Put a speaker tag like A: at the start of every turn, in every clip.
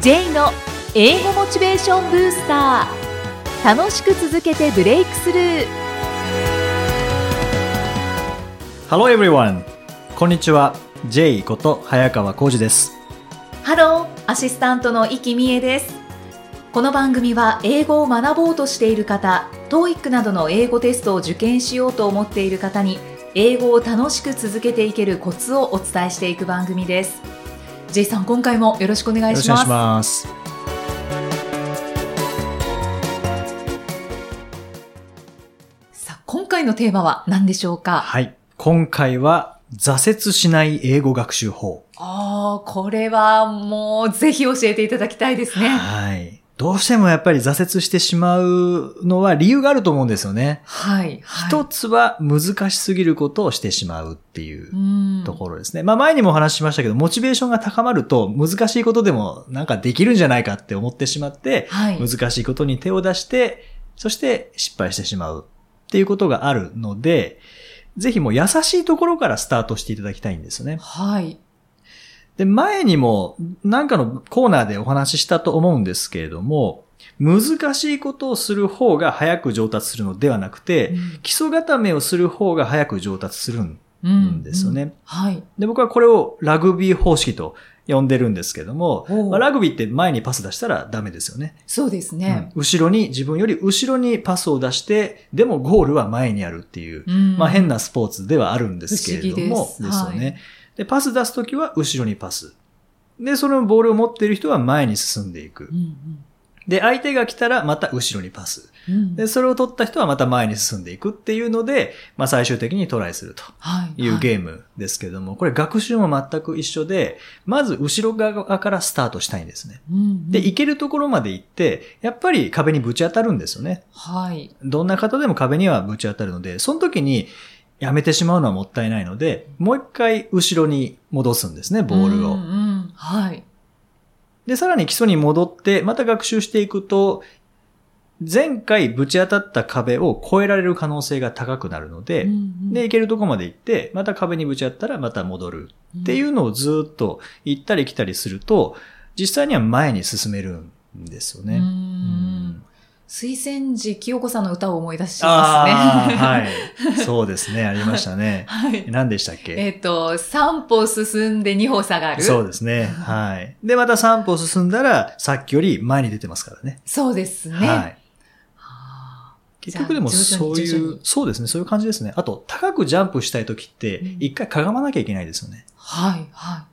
A: J の英語モチベーションブースター楽しく続けてブレイクスルー
B: Hello everyone! こんにちは。J こと早川浩二です。
A: ハローアシスタントの生きみえですこの番組は英語を学ぼうとしている方 TOEIC などの英語テストを受験しようと思っている方に英語を楽しく続けていけるコツをお伝えしていく番組です J さん今回もよろしくお願
B: よ
A: い
B: ろし
A: し
B: くお
A: ま
B: 願い
A: す
B: します。
A: さあ今回のテーマは何でしょうか
B: はい。今回は、挫折しない英語学習法。
A: ああ、これはもうぜひ教えていただきたいですね。
B: はい。どうしてもやっぱり挫折してしまうのは理由があると思うんですよね。
A: はい。はい
B: 一つは難しすぎることをしてしまうっていう
A: うん
B: ところですね。まあ前にもお話ししましたけど、モチベーションが高まると難しいことでもなんかできるんじゃないかって思ってしまって、
A: はい。
B: 難しいことに手を出して、そして失敗してしまうっていうことがあるので、ぜひもう優しいところからスタートしていただきたいんですよね。
A: はい。
B: で、前にもなんかのコーナーでお話ししたと思うんですけれども、難しいことをする方が早く上達するのではなくて、基礎固めをする方が早く上達するん
A: う
B: ですよね。。
A: はい。
B: で、僕はこれをラグビー方式と呼んでるんですけども、
A: おう
B: まあ、ラグビーって前にパス出したらダメですよね。
A: そうですね。
B: うん後ろに、自分より後ろにパスを出して、でもゴールは前にあるっていう、
A: うん
B: まあ変なスポーツではあるんですけれど
A: 不
B: も、
A: 思議です
B: ですよね、
A: はい
B: で、パス出すときは後ろにパス。で、そのボールを持っている人は前に進んでいく
A: う。ん
B: で、相手が来たらまた後ろにパ
A: うんう
B: ス。
A: ん
B: で、それを取った人はまた前に進んでいくっていうので、まあ最終的にトライすると。
A: はい。
B: いうゲ
A: ム。
B: ームですけれども、これ学習も全く一緒で、まず後ろ側からスタートしたいんですね。
A: うんうん
B: で、行けるところまで行って、やっぱり壁にぶち当たるんですよね。
A: はい。
B: どんな方でも壁にはぶち当たるので、その時にやめてしまうのはもったいないので、もう一回後ろに戻すんですね、ボール
A: う
B: を。
A: んうんはい。
B: で、さらに基礎に戻って、また学習していくと、前回ぶち当たった壁を越えられる可能性が高くなるので
A: うんう、ん
B: で、行けるとこまで行って、また壁にぶち当たったらまた戻るっていうのをずっと行ったり来たりすると、実際には前に進めるんですよ
A: う
B: ね。
A: ん水仙寺清子さんの歌を思い出しま
B: あ
A: す
B: あ
A: ね。
B: ー、はい。そうですね、ありましたね。
A: はい。
B: 何でしたっけ
A: えっと、三歩進んで二歩下がる。
B: そうで すね。はい。で、また3歩進んだら、さっきより前に出てますからね。
A: そうですね。
B: はい。
A: はあ
B: 結局でも
A: じゃあ徐
B: そ
A: 々
B: う
A: に
B: い
A: 徐々に
B: う、そうですね、そういう感じですね。あと、高くジャンプしたい時って
A: うん、
B: 一回かがまなきゃいけないですよね。
A: はい、は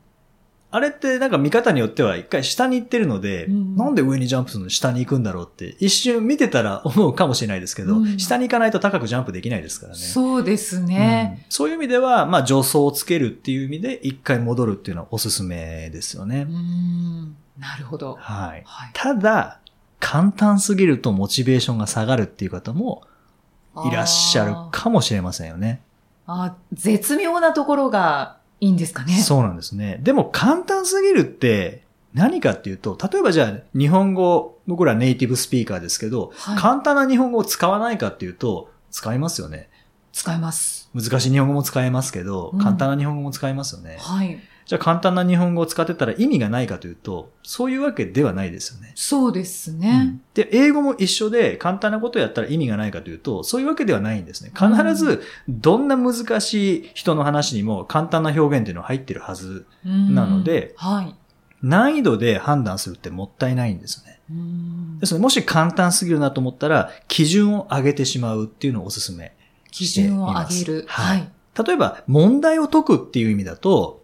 B: あれってなんか見方によっては一回下に行ってるので、
A: うん
B: なんで上にジャンプするのに下に行くんだろうって一瞬見てたら思うかもしれないですけど、
A: うん
B: 下に行かないと高くジャンプできないですから
A: い。
B: ね。
A: そうです
B: う
A: ね。
B: んそういう意味では、まあ助走をつけるっていう意味で一回戻るっていうのはおすすめですよね
A: う。ーんなるほど。
B: はい。
A: はい。
B: ただ、簡単すぎるとモチベーションが下がるっていう方もいらっしゃる
A: あー。
B: かもしれませんよね。
A: あー絶妙なところがいいんですかね。
B: そうなんですね。でも簡単すぎるって何かっていうと、例えばじゃあ日本語、僕らネイティブスピーカーですけど、
A: はい
B: 簡単な日本語を使わないかっていうと、使いますよね。
A: 使います。
B: 難しい日本語も使えますけど
A: うん、
B: 簡単な日本語も使えますよね。
A: はい。
B: じゃあ簡単な日本語を使ってたら意味がないかというと、そういうわけではないですよね。
A: そうです
B: う
A: ね。
B: んで、英語も一緒で簡単なことをやったら意味がないかというと、そういうわけではないんですね。必ず、どんな難しい人の話にも簡単な表現っていうのは入ってるはず
A: うん
B: なので
A: はい。
B: 難易度で判断するってもったいないんですね。
A: うん
B: ですので、もし簡単すぎるなと思ったら、基準を上げてしまうっていうのをおすすめ。
A: 基準を上げる。
B: は
A: はいい。
B: 例えば、問題を解くっていう意味だと、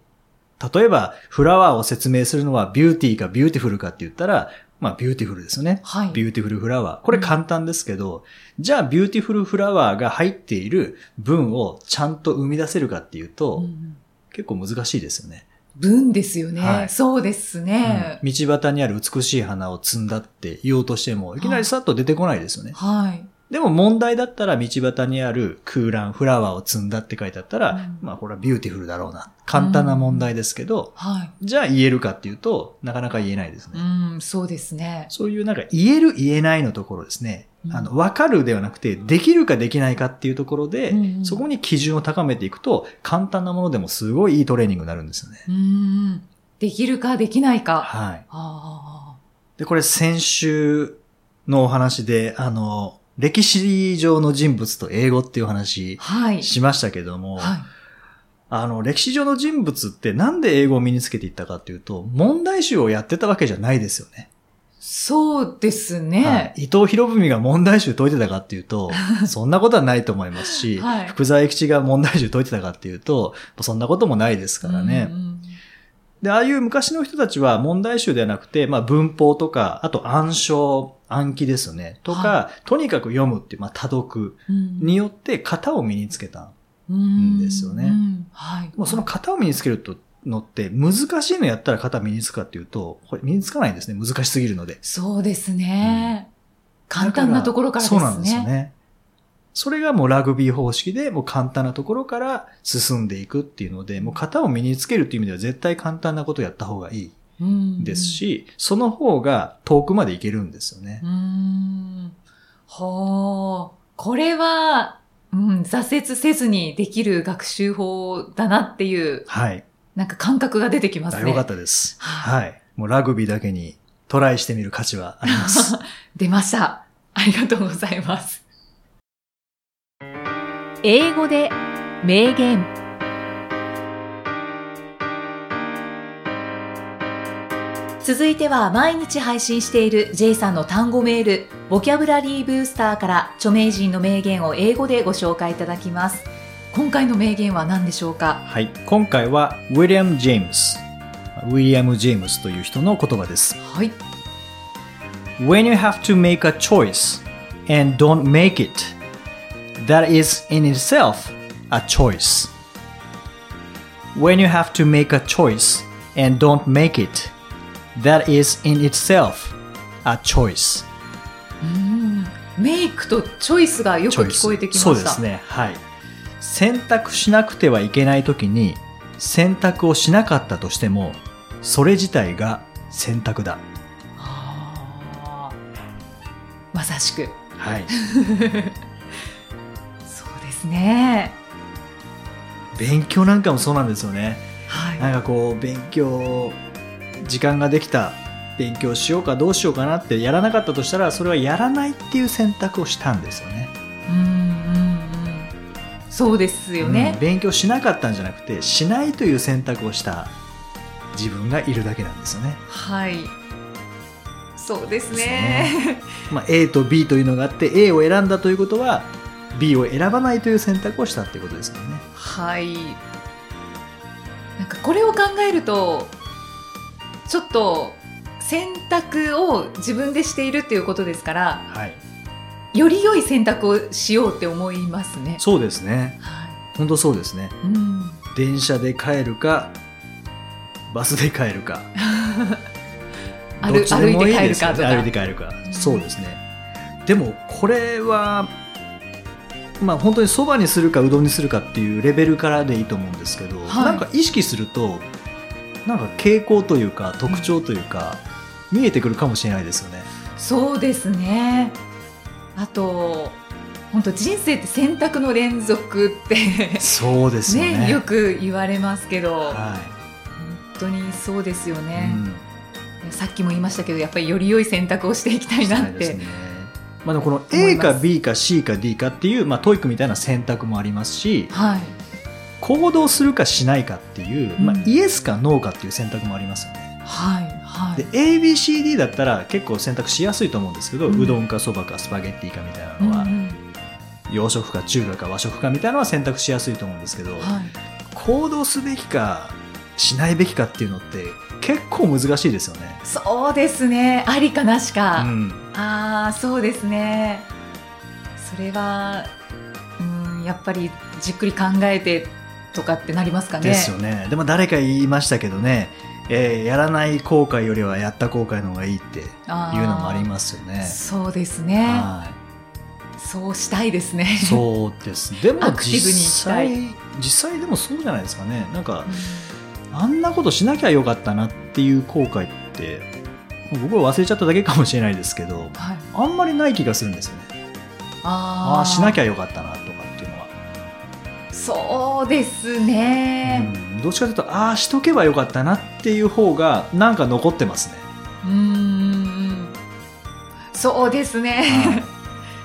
B: 例えば、フラワーを説明するのはビューティーかビューティフルかって言ったら、まあ、ビューティフルですよね。
A: はい。
B: ビューティフルフラワー。これ簡単ですけど、じゃあ、ビューティフルフラワーが入っている文をちゃんと生み出せるかっていうと、
A: うん
B: 結構難しいですよね。
A: 文ですよね。
B: はい
A: そうですね。
B: うん道端にある美しい花を摘んだって言おうとしても、いきなりさっと出てこないですよね。
A: はい。
B: でも問題だったら道端にある空欄、フラワーを摘んだって書いてあったら、
A: うん
B: まあこれはビューティフルだろうな。簡単な問題ですけど、
A: はい。
B: じゃあ言えるかっていうと、なかなか言えないですね。
A: うん、そうですね。
B: そういうなんか言える言えないのところですね
A: う。ん
B: あの、わかるではなくて、できるかできないかっていうところで、
A: うんうん
B: そこに基準を高めていくと、簡単なものでもすごいいいトレーニングになるんですよね。
A: うん。できるかできないか。
B: はい。
A: ああ。
B: で、これ先週のお話で、あの、歴史上の人物と英語っていう話
A: はい。
B: しましたけども、
A: はい。
B: あの、歴史上の人物ってなんで英語を身につけていったかっていうと、問題集をやってたわけじゃないですよね。
A: そうです
B: はい
A: ね。
B: 伊藤博文が問題集解いてたかってい うと、そんなことはないと思いますし、
A: はい
B: 福沢諭吉が問題集解いてたかっていうと、そんなこともないですからね。
A: うんうん
B: で、ああいう昔の人たちは問題集ではなくて、まあ文法とか、あと暗唱、暗記ですよね。とか、
A: は
B: とにかく読むっていう、まあ多読
A: うん
B: によって型を身につけた。
A: うん
B: ですよね
A: うんはい。
B: もうその型を身につけると、のって難しいのやったら型身につくかっていうと、これ身につかないんですね。難しすぎるので。
A: そうですね。簡単なところからですね。
B: そうなんですよね。それがもうラグビー方式で、もう簡単なところから進んでいくっていうので、もう型を身につけるっていう意味では絶対簡単なことをやった方がいい
A: うん
B: です。し、その方が遠くまでいけるんですよね
A: う。ん。ほう。これは、うん、挫折せずにできる学習法だなっていう、
B: はい。
A: なんか感覚が出てきます
B: あ
A: ね。
B: よかったです。
A: は
B: はい。もうラグビーだけにトライしてみる価値はあ ります。
A: 出ました。ありがとうございます。
C: 英語で名言
A: 続いては毎日配信している J さんの単語メール、ボキャブラリーブースターから著名人の名言を英語でご紹介いただきます。今回の名言は何でしょうか
B: はい。今回は、ウィリアム・ジェームス。ウィリアム・ジェームスという人の言葉です。
A: はい。
B: When you have to make a choice and don't make it, that is in itself a choice. When you have to make a choice and don't make it, that is in itself a choice.
A: メイクとチョイスがよく聞こえてきました。
B: そうですねはい選択しなくてはいけない時に選択をしなかったとしてもそれ自体が選択だ
A: あーまさしく。
B: はい
A: そうですね。
B: 勉強なんかもそうなんですよね
A: は。
B: ないんかこう勉強時間ができた勉強しようかどうしようかなってやらなかったとしたらそれはやらないっていう選択をしたんですよね
A: うんうんうん。そうですよ
B: うん
A: ね。
B: 勉強しなかったんじゃなくてしないという選択をした自分がいるだけなんですよね
A: はい。そうです
B: です
A: ね。
B: まあ、A と B というのがあって A を選んだということは B を選ばないという選択をしたっていうことですよね。
A: はい。なんかこれを考えると、ちょっと選択を自分でしているっていうことですから、
B: はい、
A: より良い選択をしようって思いますね。
B: そうですね
A: は
B: 本当そうですね
A: い。うん。
B: 電車で帰るかバスで帰るかどっ
A: 歩
B: ちでも
A: 歩いて帰
B: で
A: る
B: すよ
A: か
B: ね
A: とか。
B: 歩いて帰るか
A: うん
B: そうですねでもこれはまあ本当にそばにするかうどんにするかっていうレベルからでいいと思うんですけど、
A: はい
B: なんか意識するとなんか傾向というか特徴というか、見えてくるかもしれないですよね。
A: そうですね。あと、本当人生って選択の連続って
B: そうですよね
A: ねよく言われますけど、
B: は
A: 本当にそうですよ
B: い、
A: ね、
B: ん、
A: さっきも言いましたけど、やっぱりより良い選択をしていきたいなっ
B: したいです
A: て。
B: ねまあ、でもこの
A: 思
B: A
A: います
B: か B か C か D かっていう、まあ、トイックみたいな選択もありますし
A: はい。
B: 行動するかしないかっていう、まあ
A: うん、
B: イエスかノーかっていう選択もありますよね。
A: はい。はい。
B: で ABCD だったら結構選択しやすいと思うんですけど、
A: う
B: うんどんかそばかスパゲッティかみたいな
A: うんう
B: のは、
A: ん
B: 洋食か中華か和食かみたいなのは選択しやすいと思うんですけど、
A: はい
B: 行動すべきかしないべきかっていうのって結構難しいですよね。
A: そうですね。ありかなしか。
B: うん
A: ああ、そうですね。それは、うん、やっぱりじっくり考えてとかってなりますかね。
B: ですよね。でも誰か言いましたけどね、えーやらない後悔よりはやった後悔の方がいいっていう
A: あー
B: のもありますよね。
A: そうですね。
B: は
A: そうしたいですね。
B: い、そうです。でも
A: アクティブに行き
B: 実
A: たい
B: 際実際でもそうじゃないですかね。なんか
A: うん
B: あんなことしなきゃよかったなっていう後悔って僕は忘れちゃっただけかもしれないですけど、
A: はい、
B: あんまりない気がするんですよね。あ
A: あ
B: あーしなき
A: ゃ。
B: ゃよかったなとかっていうのは。
A: そうですね。
B: うんどっちかとい うとああしとけばよかったなっていう方がなんか残ってますね。
A: うーん。そうですね。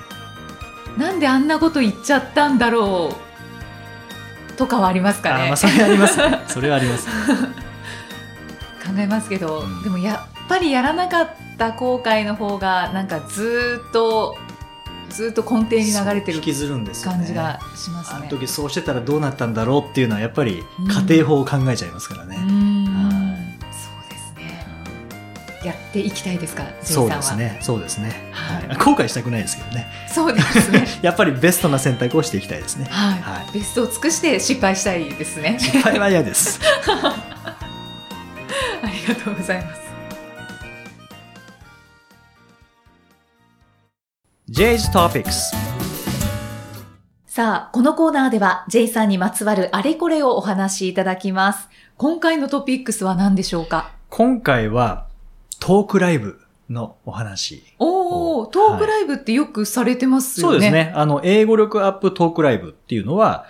A: なんであんなこと言っちゃったんだろうとかはありますか
B: あー
A: ね。
B: まあ、それあります。それはあります。
A: 考えますけど、
B: うん
A: でもやっぱりやらなかった後悔の方がなんかずーっとずーっと根底に流れてる
B: 引きずるんですよ、ね。
A: 感じがします
B: あの
A: ね。
B: 時そうしてたらどうなったんだろうっていうのはやっぱり
A: うん
B: 家庭法を考えちゃいますからね。
A: うーん
B: は
A: そうですね。やっていきたいですか、ジ
B: そ
A: ェイ
B: う
A: さん
B: で
A: は。
B: すね。そうですね。
A: はい
B: はい後悔したくないですけどね。
A: そうです ね。
B: やっぱりベストな選択をしていきたいですね。
A: はい、
B: は
A: ベストを尽くして失敗したいですね。
B: 失敗は嫌です。
A: ありがとうございます。
B: J's Topics。
A: さあ、このコーナーでは J さんにまつわるあれこれをお話しいただきます。今回のトピックスは何でしょうか
B: 今回はトークライブのお話。
A: お
B: お
A: ー、トークライブってよくされてますよ
B: そ
A: ね。
B: うです。ね。あの、英語力アップトークライブっていうのは、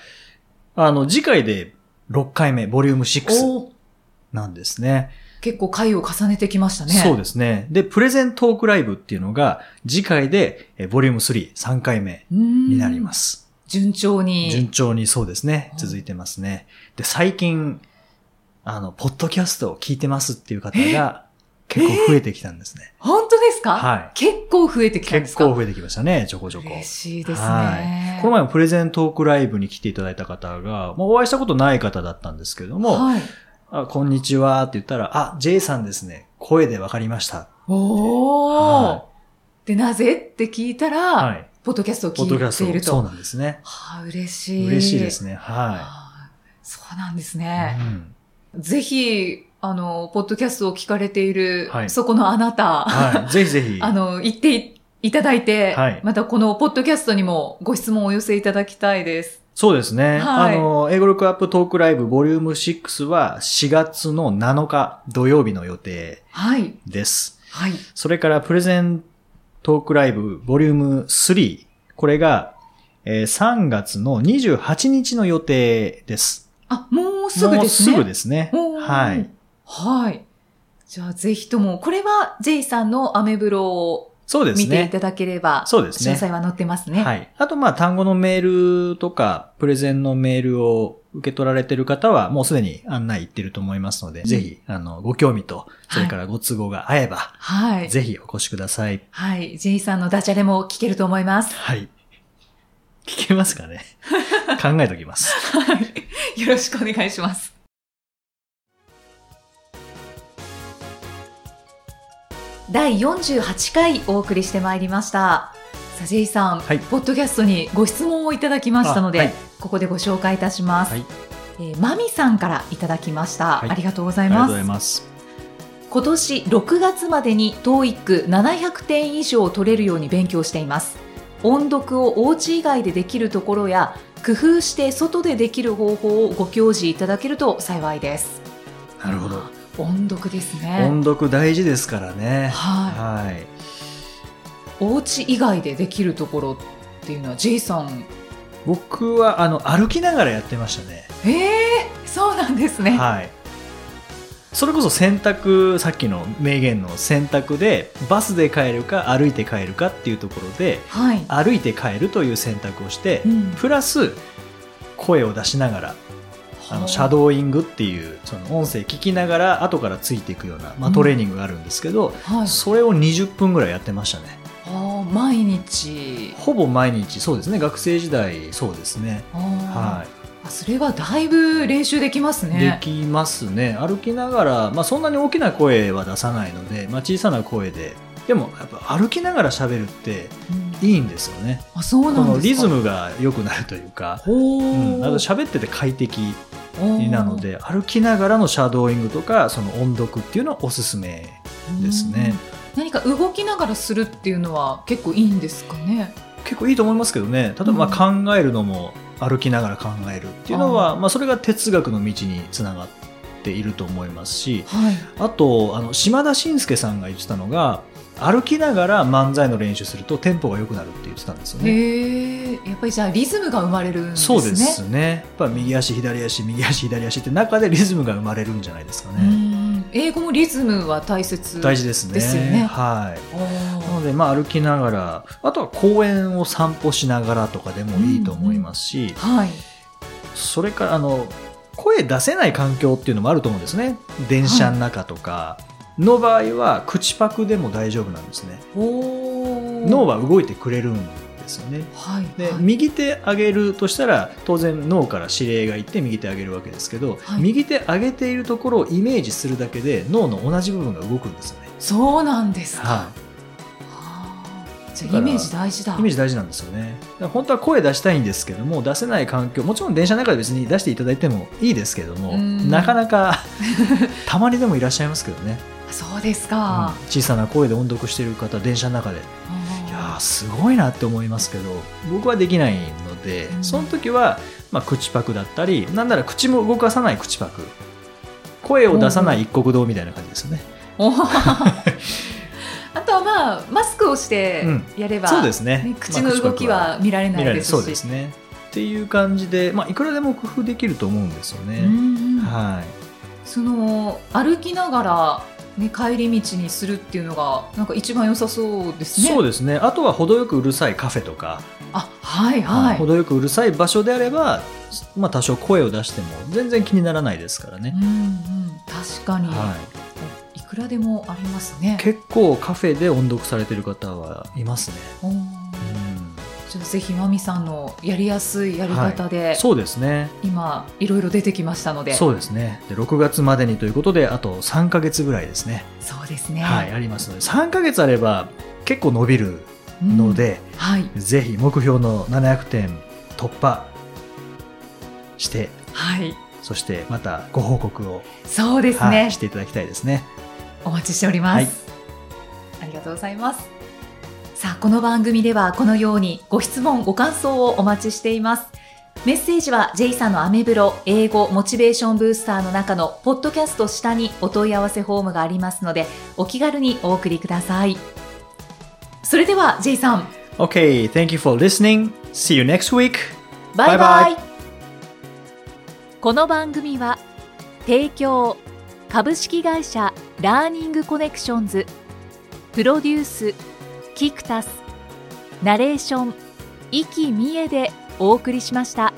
B: あの、次回で6回目、ボリューム6
A: おー
B: なんですね。
A: 結構回を重ねてきましたね。
B: そうですね。で、プレゼントークライブっていうのが、次回で、えーボリューム3、3回目に
A: に
B: なりま。す。
A: 順調に。
B: 順調にそうですね
A: う。ん
B: 続いてますね。で、最近、あの、ポッドキャストを聞いてますっていう方が、結構増えてきたんですね。
A: 本当ですか
B: はい。
A: 結構増えてきたんで
B: 結
A: すか
B: 構増えてきましたね、ちょこちょこ。
A: 嬉しいです
B: は
A: ね。
B: この前もプレゼントークライブに来ていただいた方が、まあ、お会いしたことない方だったんですけども、
A: はい。
B: あこんにちはって言ったら、あ、J さんですね。声でわかりました。
A: おー、
B: は
A: で、なぜって聞いたら、
B: はい。
A: ポッドキャストを
B: ポ
A: 聞
B: ッドキャ
A: い
B: ス
A: ている
B: ト。そう
A: と。
B: なんですね。
A: はあ、嬉しい。
B: 嬉しいです
A: ね。
B: ね。は
A: そうなんです
B: い。
A: ね。
B: うん
A: ぜひ、あの、ポッドキャストを聞かれている、
B: はい
A: そこの あなた、
B: はい。ぜひぜひ。
A: あの、行っていいただいて、
B: はい
A: またこのポッドキャストにもご質問をお寄せいただきたいです。
B: そうですね。
A: はい
B: あの、英語力アップトークライブボリューム6は4月の7日土曜日の予定
A: はい。
B: です。
A: はい。
B: それからプレゼントークライブボリューム3。これが、えー3月の28日の予定です。
A: あ、もうすぐですね。
B: もうすぐですね。
A: おー
B: はい。。
A: はい。じゃあ、ぜひとも、これは、ジェイさんのアメブロを
B: そうですね。
A: 見ていただければ、
B: そうですね
A: 詳細は載ってますね。。
B: はいい。あと、まあ、単語のメールとか、プレゼンのメールを受け取られている方は、もうすでに案内いってると思いますので、
A: ん
B: ぜひ、あの、ご興味と、それからご都合が合えば、
A: はい。
B: ぜひお越しください。
A: はい。ジェイさんのダジャレも聞けると思います。
B: はい。聞けますかね考えときます。
A: はい。よろしくお願いします。第48回お送りしてまいりました。さあ、ジェイさん、
B: はい
A: ポッドキャストにご質問をいただきましたので、
B: あはい
A: ここでご紹介いたします。
B: はい
A: えーマミさんからいただきました。
B: はい
A: ありがとうござ
B: あ
A: い
B: りがとう
A: ま
B: ござ
A: す
B: い。ます。
A: 今年6月までに TOEIC700 点以上取れるように勉強しています音読をお家以外でできるところや工夫して外でできる方法をご教示いただけると幸いです
B: なるほど。
A: 音読ですね
B: 音読大事ですからね。
A: はい
B: はい。
A: お家以外でできるところっていうのは J さん
B: 僕は、あの、歩きながらやってましたね。
A: ええそうなんですね、
B: はい。それこそ選択、さっきの名言の選択で、バスで帰るか歩いて帰るかっていうところで、
A: はい
B: 歩いて帰るという選択をして
A: う、ん
B: プラス、声を出しながら、あの、シャドーイングっていう、その音声聞きながら、後からついていくような、ま
A: う
B: あ、
A: ん
B: トレーニングがあるんですけど、
A: はい
B: それを20分ぐらいやってましたね。
A: あー毎日
B: ほぼ毎日、そうですね。学生時代、そうですね。
A: あー
B: はい。
A: あそれはだいぶ練習できます
B: で
A: ね
B: きますね歩きながら、まあ、そんなに大きな声は出さないので、まあ、小さな声ででもやっぱ歩きながら喋るって
A: うん
B: いいんですよね
A: あそう
B: こ
A: なんですか
B: のリズムが良くなるというか、う
A: ほ
B: ん、あと喋ってて快適なので歩きながらのシャドーイングとかその音読っていうのはおすすめですね
A: うん何か動きながらするっていうのは結構いいんですかね
B: 結構いいと思いますけどね例えばまあ考えるのも歩きながら考えるっていうのは、まあ、それが哲学の道につながっていると思いますし、
A: はい
B: あとあの島田紳介さんが言ってたのが歩きながら漫才の練習するとテンポが良くなるって言ってたんですよね。
A: へえやっぱりじゃあリズムが生まれるんですね
B: そうですね。やっぱ右足左足右足左足って中でリズムが生まれるんじゃないですか
A: う
B: ね。
A: ん英語もリズムは大切
B: 大事ですね。
A: ですよね
B: はい。
A: あー
B: なのので、まあ、歩きながらあとは公園を散歩しながらとかでもいいと思いますし、
A: はい。
B: それからあの声出せない環境っていうのもあると思うんですね電車の中とかの場合は口パクでも大丈夫なんですね
A: お
B: 脳は動いてくれるんですよね
A: はい。は
B: で、
A: い
B: 右手上げるとしたら当然脳から指令がいって右手上げるわけですけど、
A: はい
B: 右手上げているところをイメージするだけで脳の同じ部分が動くんですよね、
A: そうなんですか。
B: は
A: あーじ
B: だ
A: ゃあ
B: から
A: イメージ大事だ。
B: い、イメージ大事なんですよねだから本当は声出したいんですけども出せない環境もちろん電車の中で別に出していただいてもいいですけども
A: うん
B: なかなか たまにでもいらっしゃいますけどね、
A: そうです
B: うん
A: か。
B: 小さな声で音読している方電車の中で
A: うん
B: いやーすごいなって思いますけど僕はできないので、
A: うん
B: その時は、まあ、口パクだったりなんなら口も動かさない口パク声を出さない一国道みたいな感じですよね、
A: おーあとはまあマスクをして
B: うん
A: やれば、
B: そうですね
A: ね口の動きは見られ
B: まあ口
A: ない
B: パクは見られ
A: で
B: るそ
A: す
B: うで
A: し。
B: すねっていう感じで、まあ、いくらでも工夫できると思うんですよ
A: うん
B: ね、
A: うん
B: はい
A: その歩きながら、ね、帰り道にするっていうのがなんか一番良さそうですね。
B: そうですねあとは程よくうるさいカフェとか、
A: あはいはい。
B: 程よくうるさい場所であれば、まあ、多少声を出しても全然気にならないですからね、
A: うんうん、確かに、
B: はい
A: い、くらでもありますね。
B: 結構カフェで音読されてる方はいますね、
A: おーじゃあぜひまみさんのやりやすいやり方で、
B: そうですね
A: 今いろいろ出てきましたので
B: そうですねで6月までにということであと3ヶ月ぐらいですね、
A: そうですね。
B: はい、ありますので3ヶ月あれば結構伸びるので、
A: うん、はい
B: ぜひ目標の700点突破して
A: はい
B: そしてまたご報告を、
A: そうです
B: は
A: ね
B: い、し。ていただきたいですね
A: お待ちしております、ありがとうございますさあこの番組ではこのようにご質問ご感想をお待ちしていますメッセージは J さんのアメブロ英語モチベーションブースターの中のポッドキャスト下にお問い合わせフォームがありますのでお気軽にお送りくださいそれでは J さん
B: OK thank you for listening see you next week
A: バイバイ
B: バイバイ
C: この番組は提供株式会社ラーニングコネクションズプロデュースキクタスナレーション生きみえでお送りしました。